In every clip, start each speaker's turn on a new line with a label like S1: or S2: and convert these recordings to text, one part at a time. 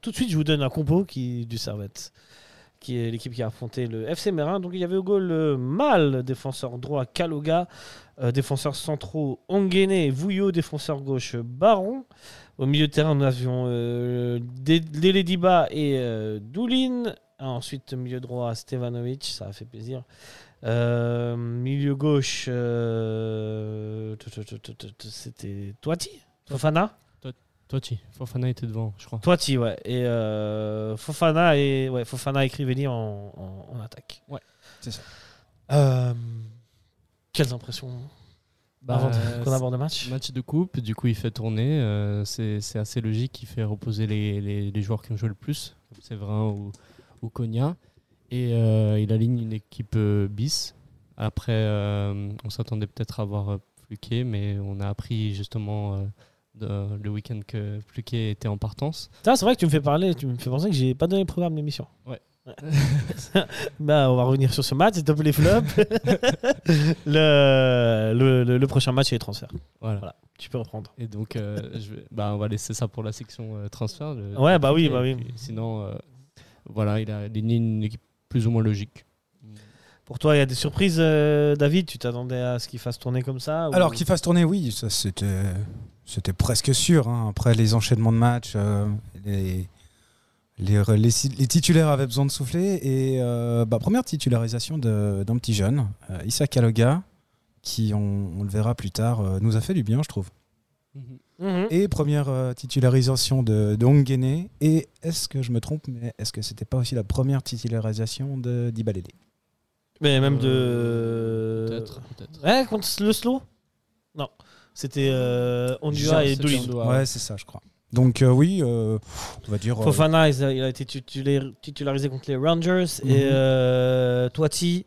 S1: Tout de suite, je vous donne un compo qui, du Servette, qui est l'équipe qui a affronté le FC Merin. Donc il y avait au goal euh, Mal, défenseur droit Kaloga, euh, défenseur centraux Ongene, Vouillot, défenseur gauche Baron. Au milieu de terrain, nous avions euh, Dele Diba et euh, Doulin. Ah, ensuite, milieu droit Stevanovic, ça a fait plaisir. Euh, milieu gauche, euh, tout, tout, tout, tout, tout, tout, c'était Toiti Fofana
S2: Totti, Fofana était devant, je crois.
S1: Toiti, ouais. Et euh, Fofana et ouais, Fofana et Crivelli en, en- en attaque.
S2: Ouais,
S3: c'est ça.
S1: Euh, quelles impressions
S2: Bah,
S1: avant
S2: euh,
S1: qu'on aborde le match
S2: Match de coupe, du coup il fait tourner, euh, c'est c'est assez logique, il fait reposer les, les- les joueurs qui ont joué le plus, comme Séverin ou, ou Konya, et euh, il aligne une équipe euh, bis. Après, euh, on s'attendait peut-être à voir euh, Pluquet, mais on a appris justement euh, de- le week-end que Pluquet était en partance.
S1: Putain, C'est vrai que tu me fais parler, tu me fais penser que j'ai pas donné le programme d'émission.
S2: Ouais.
S1: bah, on va revenir sur ce match, c'est top les flops. le, le, le- le prochain match, c'est les transferts.
S2: Voilà.
S1: Voilà. Tu peux reprendre.
S2: Et donc, euh, je vais- bah, on va laisser ça pour la section euh, transfert. le-
S1: Ouais, bah oui,
S2: Et
S1: bah oui.
S2: puis, sinon, euh, voilà, il a aligné une équipe plus ou moins logique.
S1: Pour toi, il y a des surprises, euh, David Tu t'attendais à ce qu'il fasse tourner comme ça ou-
S3: Alors qu'il fasse tourner, oui, ça c'était c'était presque sûr. hein. Après les enchaînements de matchs, euh, les, les, re- les si- les titulaires avaient besoin de souffler et euh, bah, première titularisation de- d'un petit jeune, euh, Issa Kaloga, qui on, on le verra plus tard, euh, nous a fait du bien, je trouve.
S1: Mhm.
S3: Et première euh, titularisation de, de Ongene. Et est-ce que je me trompe, mais est-ce que c'était pas aussi la première titularisation de Dibalélé
S1: Mais même
S2: Euh,
S1: de.
S2: Peut-être, peut-être.
S1: Ouais, contre le slow Non. C'était euh, Ondua
S2: Jean,
S1: et
S2: c'était
S1: Doulin.
S2: Ondua.
S3: Ouais, c'est ça, je crois. Donc euh, oui, euh, on va dire. euh,
S1: Fofana, il a, il a été titulaire- titularisé contre les Rangers.
S3: Mhm.
S1: Et euh, Toiti,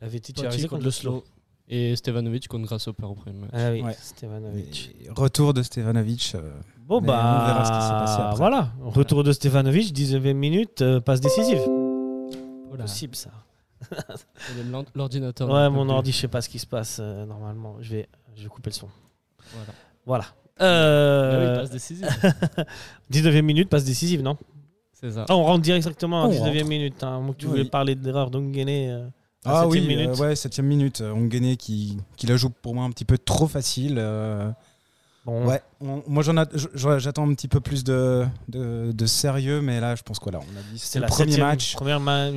S1: il avait été
S2: Totti
S1: titularisé contre le slow.
S2: Et Stevanovic contre Grasshopper au premier match.
S1: Ah oui,
S3: Ouais.
S1: Stevanovic.
S3: Retour de Stevanovic. euh,
S1: Bon,
S3: Mais
S1: bah,
S3: on verra ce qui s'est passé après.
S1: voilà. Retour de Stevanovic, 19 minutes, euh, passe décisive.
S3: Oh
S2: Voilà.
S1: Possible, ça.
S2: Et le- L'ordinateur.
S1: Ouais,
S2: ne
S1: mon
S2: peut
S1: ordi, je sais pas ce qui se passe euh, normalement. Je vais, je vais couper le son.
S2: plus. Voilà.
S1: Voilà.
S2: Ah oui,
S1: Euh,
S2: passe décisive.
S1: 19e minute, passe décisive, non
S2: C'est ça.
S1: Ah, On rentre directement à
S3: On
S1: 19e
S3: rentre.
S1: minute. hein. Moi, tu
S3: Oui.
S1: voulais parler de l'erreur d'Ongene. euh, à
S3: Ah
S1: 7e
S3: oui,
S1: minute.
S3: euh, ouais, septième minute. Euh, Ongene qui, qui la joue pour moi un petit peu trop facile. euh,
S1: Bon,
S3: ouais, on- moi j'en att- j- j'en- j'attends un petit peu plus de, de, de sérieux, mais là je pense que là on a dit
S1: c'est
S3: c'était
S1: la
S3: le premier
S1: septième-
S3: match.
S1: Première ma-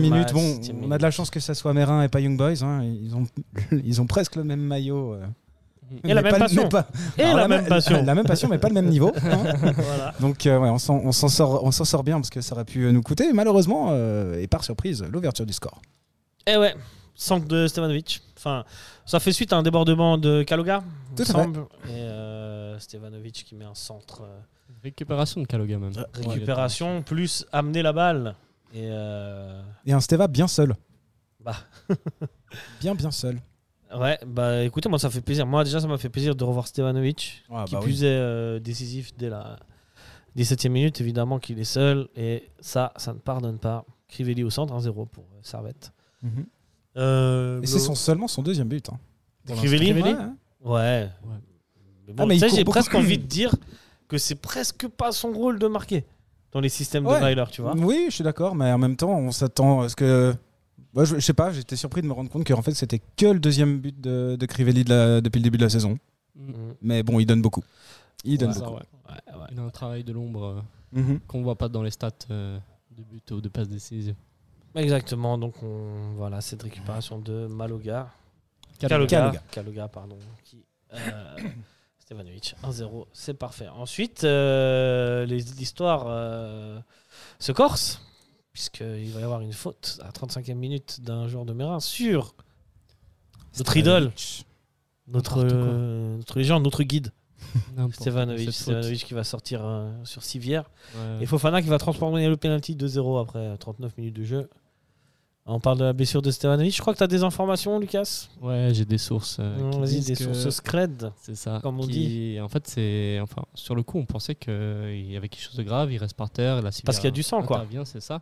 S1: première
S3: minute,
S1: match,
S3: bon,
S1: septième
S3: on a
S1: minute.
S3: de la chance que ça soit Merin et pas Young Boys. hein, Ils, ont, ils ont presque le même maillot. euh,
S1: Et
S3: mais
S1: la même
S3: pas- mais
S1: passion.
S3: pas-
S1: Et
S3: alors,
S1: la même
S3: me-
S1: passion.
S3: La même passion, mais pas le même niveau. hein.
S1: Voilà.
S3: Donc euh, ouais, on s'en on s'en sort, on s'en sort bien parce que ça aurait pu nous coûter. Et malheureusement, euh, et par surprise, l'ouverture du score.
S1: Et Eh ouais, centre de Stevanovic. Enfin, ça fait suite à un débordement de Kaloga, il me
S3: Tout à fait.
S1: semble. Et euh, Stevanovic qui met un centre. euh,
S2: Récupération de Kaloga même.
S1: récupération plus amener la balle et euh,
S3: Et un Steva bien seul.
S1: bah
S3: Bien, bien seul.
S1: ouais bah écoutez moi ça fait plaisir moi déjà ça m'a fait plaisir de revoir Stevanovic
S3: Ah,
S1: qui
S3: bah oui.
S1: plus est euh, décisif dès la 17e minute évidemment qu'il est seul et ça ça ne pardonne pas Crivelli au centre 1-0 pour euh, Servette
S3: Mhm.
S1: Euh,
S3: Et c'est son- seulement son deuxième but. hein. Pour
S1: Crivelli
S3: l'instant.
S1: Ouais,
S3: Ouais, hein.
S1: ouais mais bon,
S3: Ah, mais il
S1: ça
S3: court
S1: j'ai
S3: beaucoup.
S1: presque envie de dire que c'est presque pas son rôle de marquer dans les systèmes
S3: Ouais. Mm.
S1: de Weiler tu vois
S3: Oui, je suis d'accord, mais en même temps, on s'attend à ce que. Moi, je, je sais pas, j'étais surpris de me rendre compte que en fait, c'était que le deuxième but de, de Crivelli de la- depuis le début de la saison.
S1: Mhm.
S3: Mais bon, il donne beaucoup. Il donne
S1: Ouais.
S3: beaucoup.
S2: Ça, ouais.
S1: Ouais, ouais.
S2: Il a un travail de l'ombre euh,
S3: Mhm.
S2: qu'on voit pas dans les stats euh, de but ou de passe décisive.
S1: Exactement, donc on, voilà cette récupération de Maloga.
S2: Kaloga.
S1: Kaloga, Kaloga, pardon. Qui, euh, Stevanovic, 1-0, c'est parfait. Ensuite, euh, les- l'histoire euh, se corse, puisqu'il va y avoir une faute à 35e minute d'un joueur de Mérin sur notre idole, notre,
S2: N'importe quoi.
S1: euh, notre légende, notre guide,
S2: N'importe quoi,
S1: Stevanovic.
S2: cette faute.
S1: Stevanovic qui va sortir euh, sur Sivière.
S2: Ouais.
S1: Et Fofana qui va transformer le penalty 2-0 après euh, 39 minutes de jeu. On parle de la blessure de Stevanovic. Je crois que tu as des informations, Lucas.
S2: Ouais, j'ai des sources. euh,
S1: Non,
S2: qui
S1: Vas-y,
S2: disent
S1: des
S2: que-
S1: sources scred.
S2: C'est ça.
S1: Comme on
S2: qui- En fait, c'est. Enfin, sur le coup, on pensait qu'il y avait quelque chose de grave, il reste par terre. La civière
S1: Parce qu'il y a du sang, quoi.
S2: intervient, c'est ça.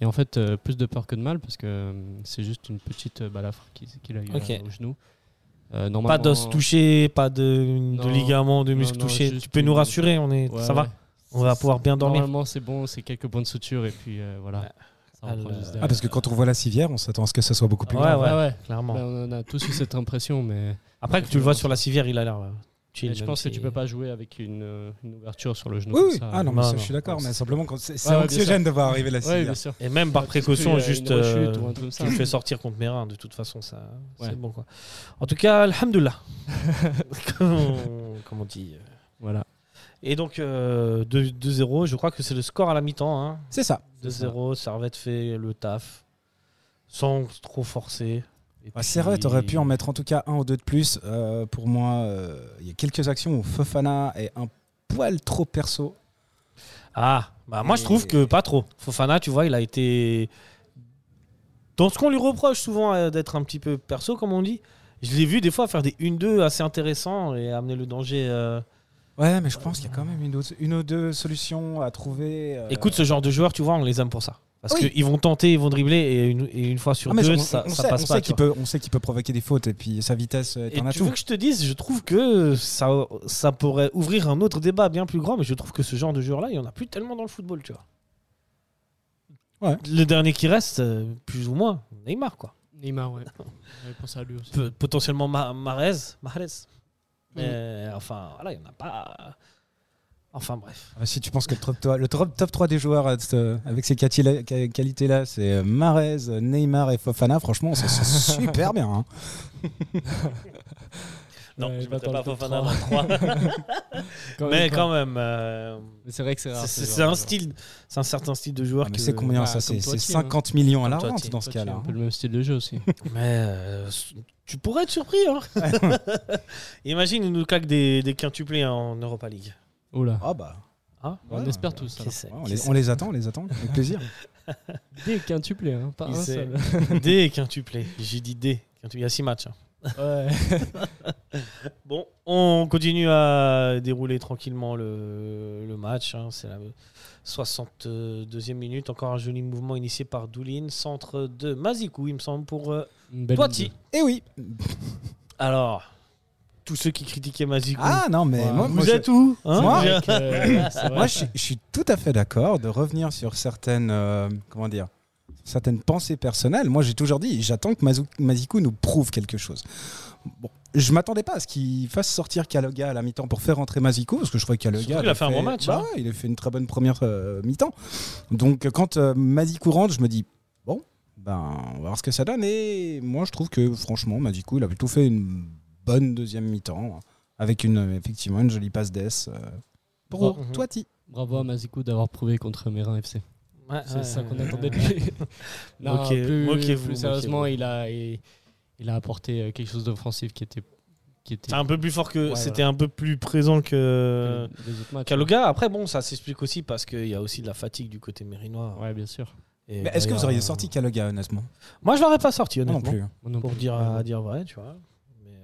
S2: Et en fait, euh, plus de peur que de mal, parce que euh, c'est juste une petite euh, balafre qui- qu'il a eu
S1: Ok.
S2: euh, au genou. Euh,
S1: Pas
S2: normalement-
S1: d'os touché, pas de, de
S2: Non.
S1: ligaments, de
S2: Non,
S1: muscles
S2: non,
S1: touchés.
S2: juste
S1: Tu peux nous
S2: une-
S1: rassurer, on est,
S2: Ouais,
S1: ça va
S2: ouais.
S1: On va pouvoir bien dormir.
S2: Normalement, c'est bon, c'est quelques points de suture et puis euh, voilà. Ça reprend
S1: Alors-
S2: juste
S3: Ah,
S2: derrière.
S3: parce que quand on voit la civière, on s'attend à ce que ça soit beaucoup plus
S1: Ouais,
S3: grave.
S1: ouais,
S2: Ah ouais.
S1: clairement.
S2: Ben, on en a tous eu cette impression, mais
S1: Après que tu le vois sur la civière, il a l'air. euh, chill,
S2: mais je
S1: même
S2: pense que
S1: si-
S2: tu peux pas jouer avec une, euh, une ouverture sur le genou.
S3: Oui,
S2: comme
S3: oui.
S2: ça.
S3: Ah non, mais
S1: Non,
S3: ça,
S1: non.
S3: je suis d'accord, mais simplement quand c'est c'est
S2: Ouais, ouais, bien
S3: anxiogène de voir arriver la
S2: Ouais,
S3: civière.
S2: bien sûr.
S1: Et même par
S2: Parce que,
S1: précaution,
S2: euh,
S1: juste.
S2: une rechute
S1: euh,
S2: ou un truc comme ça.
S1: Tu le fais sortir contre Mérin, de toute façon, ça,
S2: Ouais.
S1: c'est bon quoi. En tout cas, Alhamdoulilah. comme, on- comme on dit.
S2: Voilà.
S1: Et donc, euh, 2 2-0, je crois que c'est le score à la mi-temps. hein.
S3: C'est ça.
S2: C'est ça.
S1: 2-0, Servette fait le taf, sans trop forcer. Et
S3: Ouais,
S1: puis-
S3: c'est vrai, t'aurais pu en mettre en tout cas un ou deux de plus. Euh, pour moi, euh, il y a quelques actions où Fofana est un poil trop perso.
S1: Ah, bah moi je trouve que pas trop. Fofana, tu vois, il a été. Dans ce qu'on lui reproche souvent euh, d'être un petit peu perso, comme on dit, je l'ai vu des fois faire des 1-2 assez intéressants et amener le danger. euh,
S3: Ouais, mais je pense qu'il y a quand même une, autre- une ou deux solutions à trouver. euh,
S1: Écoute, ce genre de joueurs, tu vois, on les aime pour ça. Parce
S3: Oui.
S1: qu'ils vont tenter, ils vont dribbler, et une, et une fois sur
S3: ah, mais
S1: deux,
S3: on-
S1: ça,
S3: on
S1: ça
S3: sait-
S1: passe
S3: on
S1: pas.
S3: sait
S1: tu
S3: qu'il
S1: vois.
S3: peut, on sait qu'il peut provoquer des fautes et puis sa vitesse euh, est
S1: Et
S3: un
S1: tu veux
S3: atout.
S1: que je te dise, je trouve que ça, ça pourrait ouvrir un autre débat bien plus grand, mais je trouve que ce genre de joueurs-là, il n'y en a plus tellement dans le football, tu vois.
S3: Ouais.
S1: Le dernier qui reste, euh, plus ou moins, Neymar, quoi.
S2: Neymar, ouais. J'avais pensé à lui aussi.
S1: Pe- potentiellement Ma- Mahrez. Mahrez.
S2: Mm.
S1: Mais, enfin, voilà, il n'y en a pas. Enfin, bref.
S3: Ah, si tu penses que le top, toi- le top, top 3 des joueurs euh, euh, avec ces quali- ca- qualités-là, c'est euh, Marez, Neymar et Fofana, franchement, ça sent super bien. hein.
S1: Non,
S2: Ouais,
S1: je ne
S2: pas dans
S1: pas
S2: le top
S1: Fofana dans le 3. mais quand même. euh,
S2: Mais C'est vrai que c'est rare.
S1: C'est
S2: ce
S1: c'est
S2: genre
S1: un
S2: de
S1: style, c'est un certain style de joueur
S3: Ah, mais
S1: qui
S3: c'est
S1: veut-
S3: combien
S2: bah,
S3: ça C'est
S2: comme toi,
S3: c'est
S2: tiens.
S3: 50 millions à la
S1: hein. Comme toi,
S3: rente
S1: tiens.
S3: dans
S2: joueur.
S3: ce
S2: C'est
S3: cas-là.
S2: un
S3: hein.
S2: peu le même style de jeu aussi.
S1: Mais euh, tu pourrais être surpris. Hein Imagine, il nous claque des, des quintuplés en Europa League.
S2: Oula.
S3: Ah bah,
S1: Hein
S2: Oh On
S3: ouais.
S2: espère tous.
S1: Qui sait,
S3: Ouais, on,
S1: qui
S3: les,
S1: sait.
S3: on les attend, on les attend, avec plaisir.
S2: Des quintuplés, hein, pas
S1: Qui
S2: un
S1: sait.
S2: seul.
S1: Des quintuplés. J'ai dit des. quintuplés. Il y a six matchs. hein.
S2: Ouais.
S1: Bon, on continue à dérouler tranquillement le, le match. hein. C'est la 62e minute. Encore un joli mouvement initié par Doulin. Centre de Mazikou, il me semble, pour euh,
S2: Une belle
S1: Poitiers.
S3: Et oui
S1: Alors, tous ceux qui critiquaient Mazikou,
S3: Ah non, mais
S2: Ouais.
S3: moi,
S1: vous
S3: moi, je-
S1: êtes où hein
S3: Moi
S1: Déjà-
S2: idée. Euh, c'est vrai.
S3: moi, je, suis- je suis tout à fait d'accord de revenir sur certaines, euh, comment dire, certaines pensées personnelles. Moi, j'ai toujours dit, j'attends que Mazou- Mazikou nous prouve quelque chose. Bon, je m'attendais pas à ce qu'il fasse sortir Kaloga à la mi-temps pour faire rentrer Mazikou, parce que je crois que
S1: Surtout
S3: Kaloga
S1: qu'il a fait un bon match,
S3: Bah
S1: hein.
S3: ouais, il a fait une très bonne première euh, mi-temps. Donc, euh, quand euh, Mazikou rentre, je me dis, bon, ben, on va voir ce que ça donne. Et moi, je trouve que franchement, Mazikou, il a plutôt fait une bonne deuxième mi-temps, avec une, euh, effectivement une jolie passe d'ess. euh, pour
S1: Mhm.
S3: Toiti.
S2: Bravo à Mazikou d'avoir prouvé contre Mérin FC.
S1: Ouais,
S2: C'est
S1: ouais,
S2: ça qu'on
S1: ouais.
S2: attendait de lui. non,
S1: Moquez-
S2: plus,
S1: moquez-vous,
S2: plus sérieusement, il a, il, il a apporté euh, quelque chose d'offensif qui était, qui était
S1: C'est un peu plus fort que.
S2: Ouais,
S1: C'était un peu plus présent que.
S2: que les autres matchs.
S1: Kaloga, après bon, ça s'explique aussi parce qu'il y a aussi de la fatigue du côté mérinois.
S2: Ouais, bien sûr.
S1: Et
S3: Mais est-ce que
S1: d'ailleurs,
S3: vous auriez
S1: euh,
S3: sorti Kaloga, honnêtement
S1: Moi, je l'aurais pas sorti
S3: Moi
S1: honnêtement.
S3: Non plus. hein.
S2: Moi non
S1: Pour
S2: plus.
S1: dire
S2: Ouais.
S1: à dire vrai, tu vois. Mais, euh,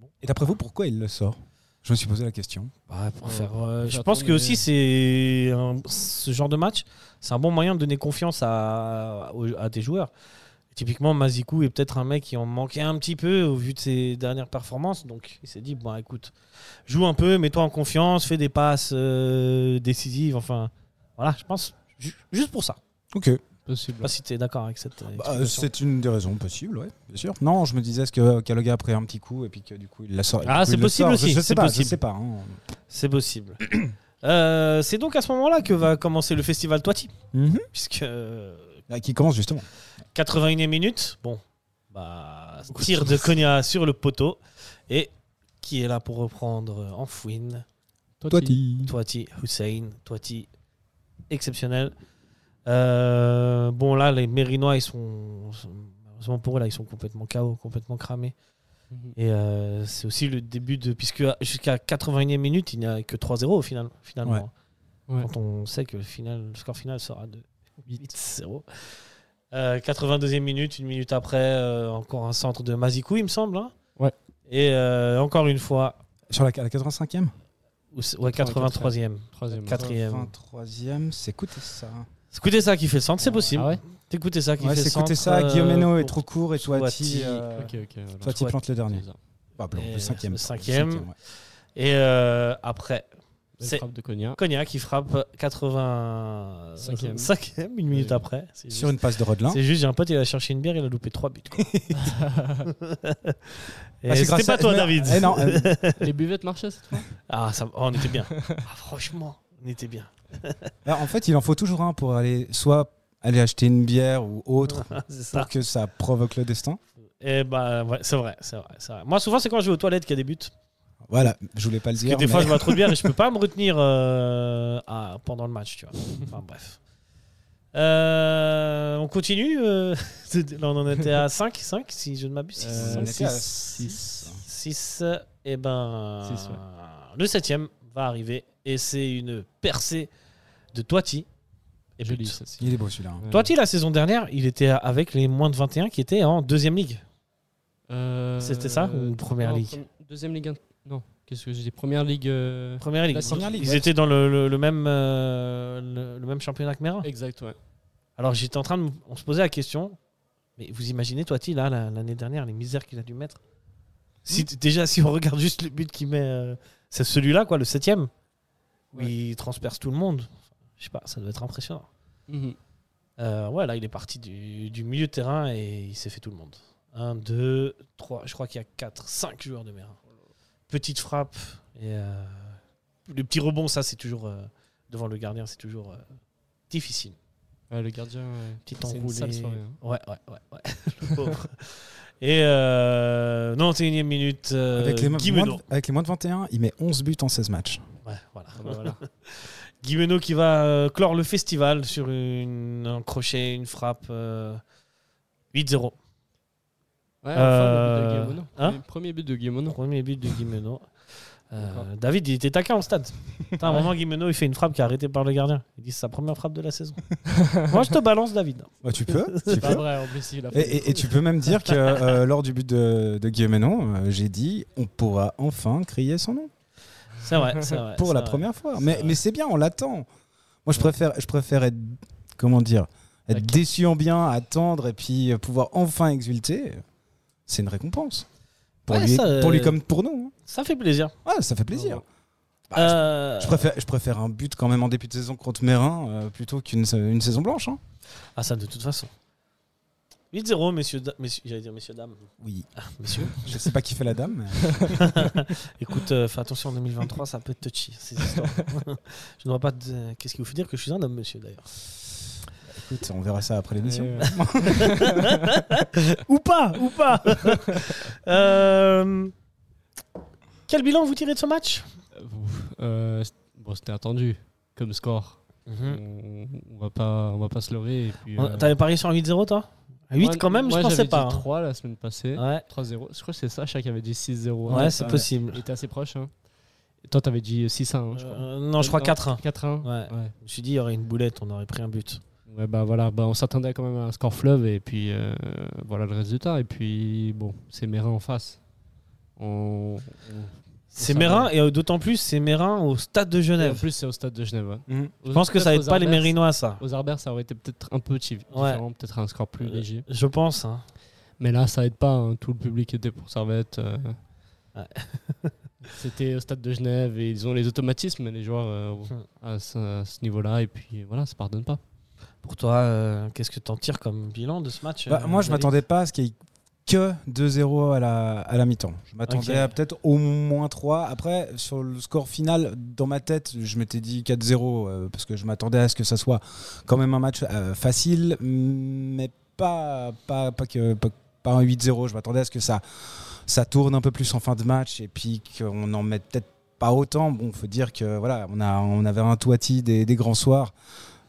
S1: bon.
S3: Et d'après vous, pourquoi il le sort Je me suis posé la question.
S1: Ouais, pour
S2: Ouais.
S1: faire, euh,
S2: Pour
S1: je
S2: faire
S1: pense que
S2: tourner.
S1: aussi c'est un- ce genre de match, c'est un bon moyen de donner confiance à, aux- à tes joueurs. Typiquement, Mazikou est peut-être un mec qui en manquait un petit peu au vu de ses dernières performances. Donc, il s'est dit bon, écoute, joue un peu, mets-toi en confiance, fais des passes euh, décisives. Enfin, voilà, je pense ju- juste pour ça.
S3: Ok.
S1: Je
S2: Possible.
S1: sais pas si tu es d'accord avec cette. euh,
S3: Bah,
S1: explication.
S3: c'est une des raisons possibles, ouais, bien sûr. Non, je me disais est-ce que Kaloga a pris un petit coup et puis que du coup il l'a sorti.
S1: Ah, c'est possible aussi,
S3: Je
S1: c'est
S3: sais pas, je
S1: possible.
S3: sais pas. hein.
S1: C'est possible. Euh, c'est donc à ce moment-là que va commencer le festival Toiti, puisque euh,
S3: Ah, qui commence justement.
S1: 81e minute, bon, bah, tir de Konya sur le poteau. Et qui est là pour reprendre en fouine
S2: Toiti.
S1: Toiti Hussein, Toiti exceptionnel. Euh, bon, là, les Mérinois, ils sont, sont- malheureusement pour eux, là, ils sont complètement KO, complètement cramés.
S2: Mhm.
S1: Et euh, c'est aussi le début de. Puisque jusqu'à 81e minute, il n'y a que 3-0 au final, finalement.
S3: Ouais.
S2: Ouais.
S1: Quand on sait que le, final, le score final sera de 8-0. Euh, 82e minute, une minute après, euh, encore un centre de Mazikou, il me semble. hein.
S2: Ouais.
S1: Et euh, encore une fois,
S3: Sur la, la 85e
S1: ou- ouais, 83e.
S2: Troisième.
S1: Quatrième.
S3: 83e, c'est écoutez ça.
S1: C'est Kutesa qui fait le centre, c'est possible.
S2: Ah ouais
S1: C'est Kutesa qui
S3: Ouais,
S1: fait le
S3: c'est
S1: centre.
S3: écoutez ça. Guillaume Hénaud
S1: euh,
S3: est trop court et Toiti.
S1: Toiti,
S3: euh,
S2: Ok, ok. voilà.
S3: Toiti plante le dernier.
S2: C'est ça.
S3: Ah, bon,
S1: Et
S3: le cinquième.
S1: le cinquième.
S3: Le cinquième, ouais.
S1: Et euh, après, C'est-
S2: Belle frappe de Konya.
S1: Cogna qui frappe 85e,
S2: Cinquième.
S1: une minute
S2: Oui.
S1: après. C'est
S3: Sur
S1: juste-
S3: une passe de Rodelin. Ah,
S1: c'est juste, j'ai un pote, il a cherché une bière, il a loupé 3 buts. quoi. Et
S3: Ah, c'est
S1: C'était
S3: grâce
S1: pas
S3: à-
S1: toi,
S3: mais-
S1: David.
S3: eh non, euh,
S2: Les buvettes marchaient cette fois
S1: Ah, ça, oh, on était bien. Ah, franchement, on était bien.
S3: alors, Bah, en fait, il en faut toujours un pour aller soit aller acheter une bière ou autre
S1: c'est ça.
S3: pour que ça provoque le destin.
S1: Et bah, Ah, ouais, c'est vrai, c'est vrai, c'est vrai. Moi, souvent, c'est quand je vais aux toilettes qu'il y a des buts.
S3: Voilà, je voulais pas le
S1: Parce
S3: dire.
S1: que des fois,
S3: mais-
S1: je vois trop de bière et je peux pas me retenir euh, à- pendant le match, tu vois. Enfin, bref. Euh, on continue. euh, Là, on en était à 5, 5 si je ne m'abuse.
S2: Euh,
S3: on
S1: 6,
S3: était à
S2: six.
S3: six.
S1: 6, et ben.
S2: Six, ouais.
S1: Le septième va arriver et c'est une percée de Toiti. Et
S2: Je
S1: but.
S2: lis ça. si.
S3: Il est beau celui-là. hein.
S2: Ouais.
S1: Toiti, la saison dernière, il était avec les moins de 21 qui étaient en deuxième ligue.
S2: Euh,
S1: C'était ça ou Première
S2: non,
S1: Ligue
S2: premi- Deuxième Ligue. int- Non, qu'est-ce que j'ai dit Première Ligue. euh,
S1: Première ligue.
S2: Classique. Première
S3: ligue,
S1: Ils
S3: ouais.
S1: étaient dans le, le- le même, euh, le, le même championnat que Mérin.
S2: Exact, ouais.
S1: Alors j'étais en train de, m- on se posait la question. Mais vous imaginez toi, T, là la- l'année dernière les misères qu'il a dû mettre. Si t- déjà si on regarde juste le but qu'il met, euh, c'est celui-là quoi, le septième, où
S2: Ouais.
S1: il transperce tout le monde. Je sais pas, ça doit être impressionnant.
S2: Mhm.
S1: Euh, ouais, là il est parti du, du milieu de terrain et il s'est fait tout le monde. 1, 2, 3, je crois qu'il y a 4, 5 joueurs de Mérin. Petite frappe et euh, le petit rebond, ça c'est toujours euh, devant le gardien, c'est toujours euh, difficile.
S2: Ouais, le gardien, ouais.
S1: Petit
S2: C'est une
S1: enroulé.
S2: sale soirée, hein.
S1: Ouais, ouais, ouais. ouais. Le pauvre. Et euh, 91e minute, euh,
S3: Avec, les mo-
S1: Guy
S3: moins de-
S1: Meneau.
S3: avec les moins de 21, il met 11 buts en 16 matchs.
S1: Ouais, voilà.
S2: Ah bah voilà.
S1: Guy Meneau qui va euh, clore le festival sur une, un crochet, une frappe. euh, 8-0.
S2: Ouais, enfin,
S1: Euh,
S2: le but de Guillaume, non.
S1: hein
S2: Premier- Premier but de Guillaume, non.
S1: Premier but de Guy Meneau. Euh,
S2: D'accord.
S1: David, il était taquin au stade. Putain, à un
S2: Ouais.
S1: moment, Guy Meneau, il fait une frappe qui est arrêtée par le gardien. Il dit c'est sa première frappe de la saison. Moi, je te balance, David.
S3: Bah, tu peux. tu
S2: C'est
S3: peux.
S2: pas vrai, en plus, il a
S3: Et,
S2: fait des
S3: et- et
S2: coups.
S3: tu peux même dire que euh, lors du but de, de Guillaume Hénon, euh, j'ai dit on pourra enfin crier son nom
S1: C'est vrai, c'est vrai.
S3: pour
S1: c'est
S3: la
S1: vrai.
S3: première fois.
S1: c'est
S3: Mais,
S1: vrai.
S3: mais c'est bien, on l'attend. Moi, je préfère, je préfère être, comment dire, être
S2: Taquin.
S3: déçu en bien, attendre et puis euh, pouvoir enfin exulter. C'est une récompense. Pour,
S1: Ouais,
S3: lui,
S1: ça, euh,
S3: pour lui comme pour nous.
S1: Ça fait plaisir.
S3: hein. Ouais, ça fait plaisir. Bah, je-
S1: Euh,
S3: Je préfère, je préfère un but quand même en début de saison contre Mérin euh, plutôt qu'une sa- une saison blanche. hein.
S1: Ah ça de toute façon. 8-0 messieurs, da- messieurs j'allais dire messieurs dames.
S3: Oui,
S1: Messieurs,
S3: je sais pas qui fait la dame. mais-
S1: écoute, euh, fais attention en 2023, ça peut être touchy ces histoires. je ne vois pas de- qu'est-ce qui vous fait dire que je suis un homme monsieur d'ailleurs.
S3: Écoute, on verra ça après l'émission.
S2: Ouais, ouais.
S1: ou pas, ou pas. Euh, quel bilan vous tirez de ce match
S2: Euh, c- bon, c'était attendu comme score. Mhm. On, on va pas, on va pas se leurrer. Et puis,
S1: Mm. On-
S2: euh,
S1: T'avais parié sur un 8-0 toi Un 8
S2: moi-
S1: quand même,
S2: moi,
S1: je pensais
S2: j'avais
S1: pas.
S2: dit
S1: hein.
S2: 3 la semaine passée.
S1: Ouais,
S2: 3-0. Je crois que c'est Sacha qui avait dit 6-0.
S1: ouais,
S2: Hein,
S1: c'est
S2: ça-
S1: possible.
S2: Il était assez proche. Hein. Et toi, t'avais dit 6-1. hein, je crois.
S1: Euh, non, je crois 4-1.
S2: 4-1.
S1: Ouais.
S2: Ouais.
S1: Je me suis dit, il y aurait une boulette, on aurait pris un but.
S2: Ouais, bah voilà, bah, on s'attendait quand même à un score fleuve et puis euh, voilà le résultat. Et puis bon, c'est Mérin en face. On, on-
S1: C'est
S2: Ça
S1: Mérin,
S2: va.
S1: et euh, d'autant plus, c'est Mérin au stade de
S2: et en
S1: Genève.
S2: plus, c'est au stade de Genève. ouais.
S3: Mhm.
S1: Je pense que ça
S2: Peut-être
S1: aide
S2: aux
S1: pas les
S2: Arbers-
S1: Mérinois, ça.
S2: Aux Arbers, ça aurait été peut-être un peu chi-
S1: Ouais.
S2: différent, peut-être un score plus
S1: Euh,
S2: léger.
S1: Je pense. hein.
S2: Mais là, ça aide pas. hein. Tout le public était pour Servette. euh.
S1: Ouais.
S2: C'était au stade de Genève et ils ont les automatismes, les joueurs, euh,
S1: Hmm.
S2: à ce, à ce niveau-là. Et puis voilà, ça pardonne pas.
S1: Pour toi, euh, qu'est-ce que t'en tires comme bilan de ce match
S3: Bah,
S1: euh,
S3: moi, je
S1: David
S3: m'attendais pas à ce qu'il y ait que 2-0 à la, à la mi-temps. Je m'attendais
S1: Ok.
S3: à peut-être au moins 3. Après, sur le score final, dans ma tête, je m'étais dit 4-0 euh, parce que je m'attendais à ce que ça soit quand même un match euh, facile, mais pas, pas, pas, que, pas, pas un 8-0. Je m'attendais à ce que ça, ça tourne un peu plus en fin de match et puis qu'on en mette peut-être pas autant. Bon, faut dire que voilà, on, a, on avait un Toiti des, des grands soirs.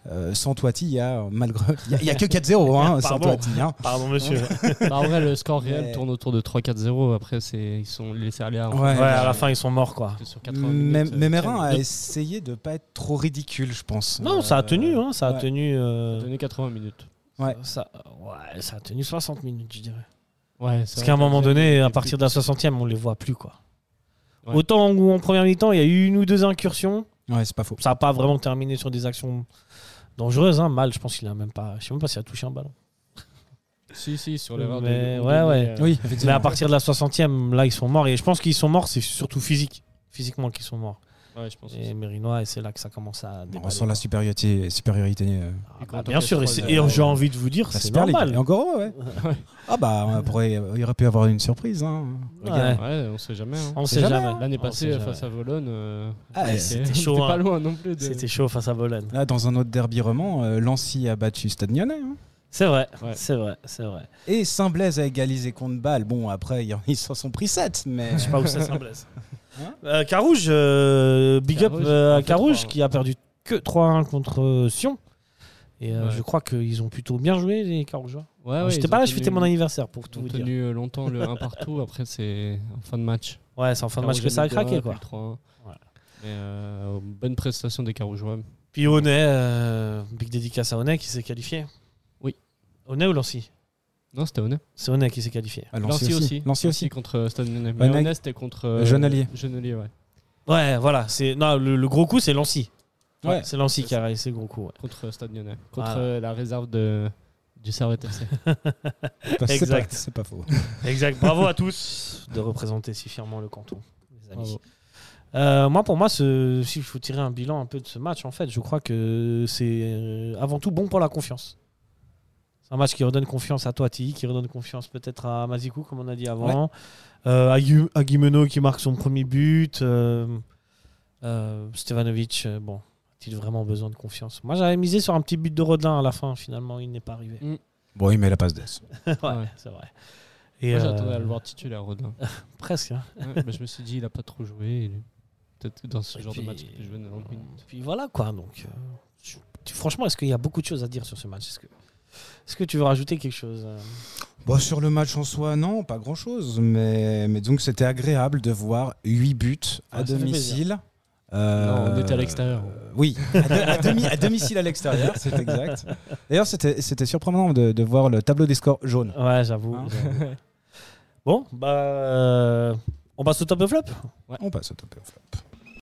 S3: Euh, sans Toiti, il y a euh, malgré, il y a- il y, a que 4-0 hein, sans
S1: Pardon.
S3: Toiti. hein.
S1: Pardon, monsieur. ouais,
S2: Bah, en vrai, le score réel
S3: Mais-
S2: tourne autour de 3-4-0. Après, c'est- ils sont laissés aller à
S3: Ouais,
S1: à la fin, ils sont morts, quoi.
S2: sur 80
S3: Mais,
S2: minutes, euh,
S3: mais Mérin
S2: tiens,
S3: a
S2: de-
S3: essayé de pas être trop ridicule, je pense. Euh,
S1: Non, ça a tenu, hein, ça a
S3: ouais.
S1: tenu. euh,
S2: donné 80 minutes.
S3: Ouais.
S1: Ça, ouais, ça a tenu 60 minutes, je dirais.
S2: Ouais,
S1: Parce qu'à un moment donné, à partir de la 60e, on les voit plus, quoi.
S2: Ouais.
S1: Autant où en première mi-temps, il y a eu une ou deux incursions.
S3: Ouais, c'est pas faux.
S1: Ça n'a pas vraiment terminé sur des actions dangereuses. Hein. Mal, je pense qu'il a même pas. Je sais même pas s'il a touché un ballon.
S2: Si, si, sur l'erreur de.
S1: Mais
S2: de-
S1: ouais,
S2: de-
S1: ouais.
S2: euh,
S3: Oui,
S1: Mais à
S3: effectivement.
S1: partir de la 60e, là, ils sont morts. Et je pense qu'ils sont morts, c'est surtout physique. Physiquement qu'ils sont morts.
S2: Ouais, je pense.
S1: et Merinois, et c'est là que ça commence à
S3: On
S1: déballer.
S3: ressent la supériorité. supériorité euh,
S1: Ah,
S2: Et
S1: bah,
S2: quand on
S1: bien
S2: fait
S1: sûr, et,
S2: trois
S1: c'est-
S2: heures,
S1: et
S2: euh,
S1: j'ai envie de vous dire,
S3: la
S1: c'est
S3: Super League. Et
S1: normal.
S3: encore, ouais.
S2: Ouais.
S3: Ah bah, on pourrait- il aurait pu y avoir une surprise. hein. Regarde.
S1: Ouais.
S2: Ouais, on sait jamais. hein.
S1: On
S3: C'est
S1: sait
S3: jamais,
S1: jamais.
S3: hein.
S2: L'année
S1: On
S2: passée,
S1: sait jamais.
S2: face à Volonne, euh,
S3: Ah,
S2: on était-
S1: c'était
S2: on était
S1: chaud,
S2: pas
S1: hein.
S2: loin non plus. de-
S1: C'était chaud face à Bologne.
S3: Là, dans un autre derby roman, euh, Lancy a battu Stade Lyonnais. hein.
S1: C'est vrai,
S2: Ouais.
S1: c'est vrai, c'est vrai.
S3: Et Saint-Blaise a égalisé contre Bâle. Bon, après, ils- ils s'en sont pris 7, mais...
S1: Je sais pas où ça s'en blesse.
S3: Hein
S1: Euh, Carouge, euh, big up
S2: Carouge,
S1: euh, à
S2: un peu
S1: Carouge
S2: trois, hein.
S1: qui a perdu que 3-1 contre euh, Sion. Et euh,
S2: Ouais.
S1: je crois qu'ils ont plutôt bien joué, les Carougeois.
S2: Ouais,
S1: Alors,
S2: ouais, ils
S1: J'étais
S2: ont
S1: pas là,
S2: tenu-
S1: je fêtais mon anniversaire pour tout
S2: Ils ont
S1: vous dire.
S2: tenu euh, longtemps le 1 partout. Après, c'est en fin de match.
S1: Ouais, c'est en
S2: Ah,
S1: fin de match que ça a craqué. quoi. Voilà.
S2: Mais euh, bonne prestation des Carougeois.
S1: Puis Honnet, euh, big dédicace à Honnet qui s'est qualifié.
S2: Oui.
S1: Honnet ou Lancy
S2: Non, c'était honnête.
S1: C'est Honnet qui s'est qualifié.
S3: Ah,
S2: Lancy aussi.
S3: Lancy aussi.
S2: contre euh, Stade Lyonnais. Mais
S3: Honnête-
S2: Honnête, c'était contre. euh,
S3: Genelier.
S2: Genelier, ouais.
S1: Ouais, voilà. c'est Non, le, le gros coup, c'est Lancy.
S3: Ouais.
S1: Ouais, c'est Lancy qui a réalisé le gros coup. ouais.
S2: Contre euh, Stade Lyonnais. Contre
S1: Voilà.
S2: euh, la réserve de, du Servette FC.
S3: C'est pas-
S1: Exact.
S3: C'est pas, faux.
S1: Exact. Bravo à tous de représenter si fièrement le canton, les amis.
S2: Bravo.
S1: Euh, moi, pour moi, ce- s'il faut tirer un bilan un peu de ce match, en fait, je crois que c'est euh, avant tout bon pour la confiance. C'est un match qui redonne confiance à toi, Tilly, qui redonne confiance peut-être à Mazikou, comme on a dit avant, Euh, à, Gu- à Guimeno qui marque son premier but, euh, euh, Stevanovic, euh, bon, a-t-il vraiment besoin de confiance Moi, j'avais misé sur un petit but de Rodelin à la fin, finalement, il n'est pas arrivé.
S3: Bon, il met la passe d'As.
S1: ouais,
S2: Ouais.
S1: c'est vrai. Et
S2: Moi,
S1: euh,
S2: j'attendais à le voir titulaire, Rodin.
S1: Presque. hein.
S2: Ouais, bah, je me suis dit, il a pas trop joué. il est- Peut-être que dans ce
S1: Et
S2: genre
S1: puis- euh,
S2: de match, il peut jouer 90 minutes.
S1: Puis voilà quoi. Donc, euh, tu- tu- franchement, est-ce qu'il y a beaucoup de choses à dire sur ce match Est-ce que, est-ce que tu veux rajouter quelque chose euh
S3: Bon, sur le match en soi, non, pas grand-chose. Mais, mais donc, c'était agréable de voir 8 buts à
S2: Ah,
S1: Ouais, ça fait
S3: domicile. Euh,
S2: Non, on était à l'extérieur.
S3: euh, oui, à, de- à demi- à domicile à l'extérieur, c'est exact. D'ailleurs, c'était c'était surprenant de, de voir le tableau des scores jaune.
S1: Ouais, j'avoue.
S3: Hein
S1: j'avoue. bon, bah, euh, on passe au top et flop.
S3: On passe au top et au flop.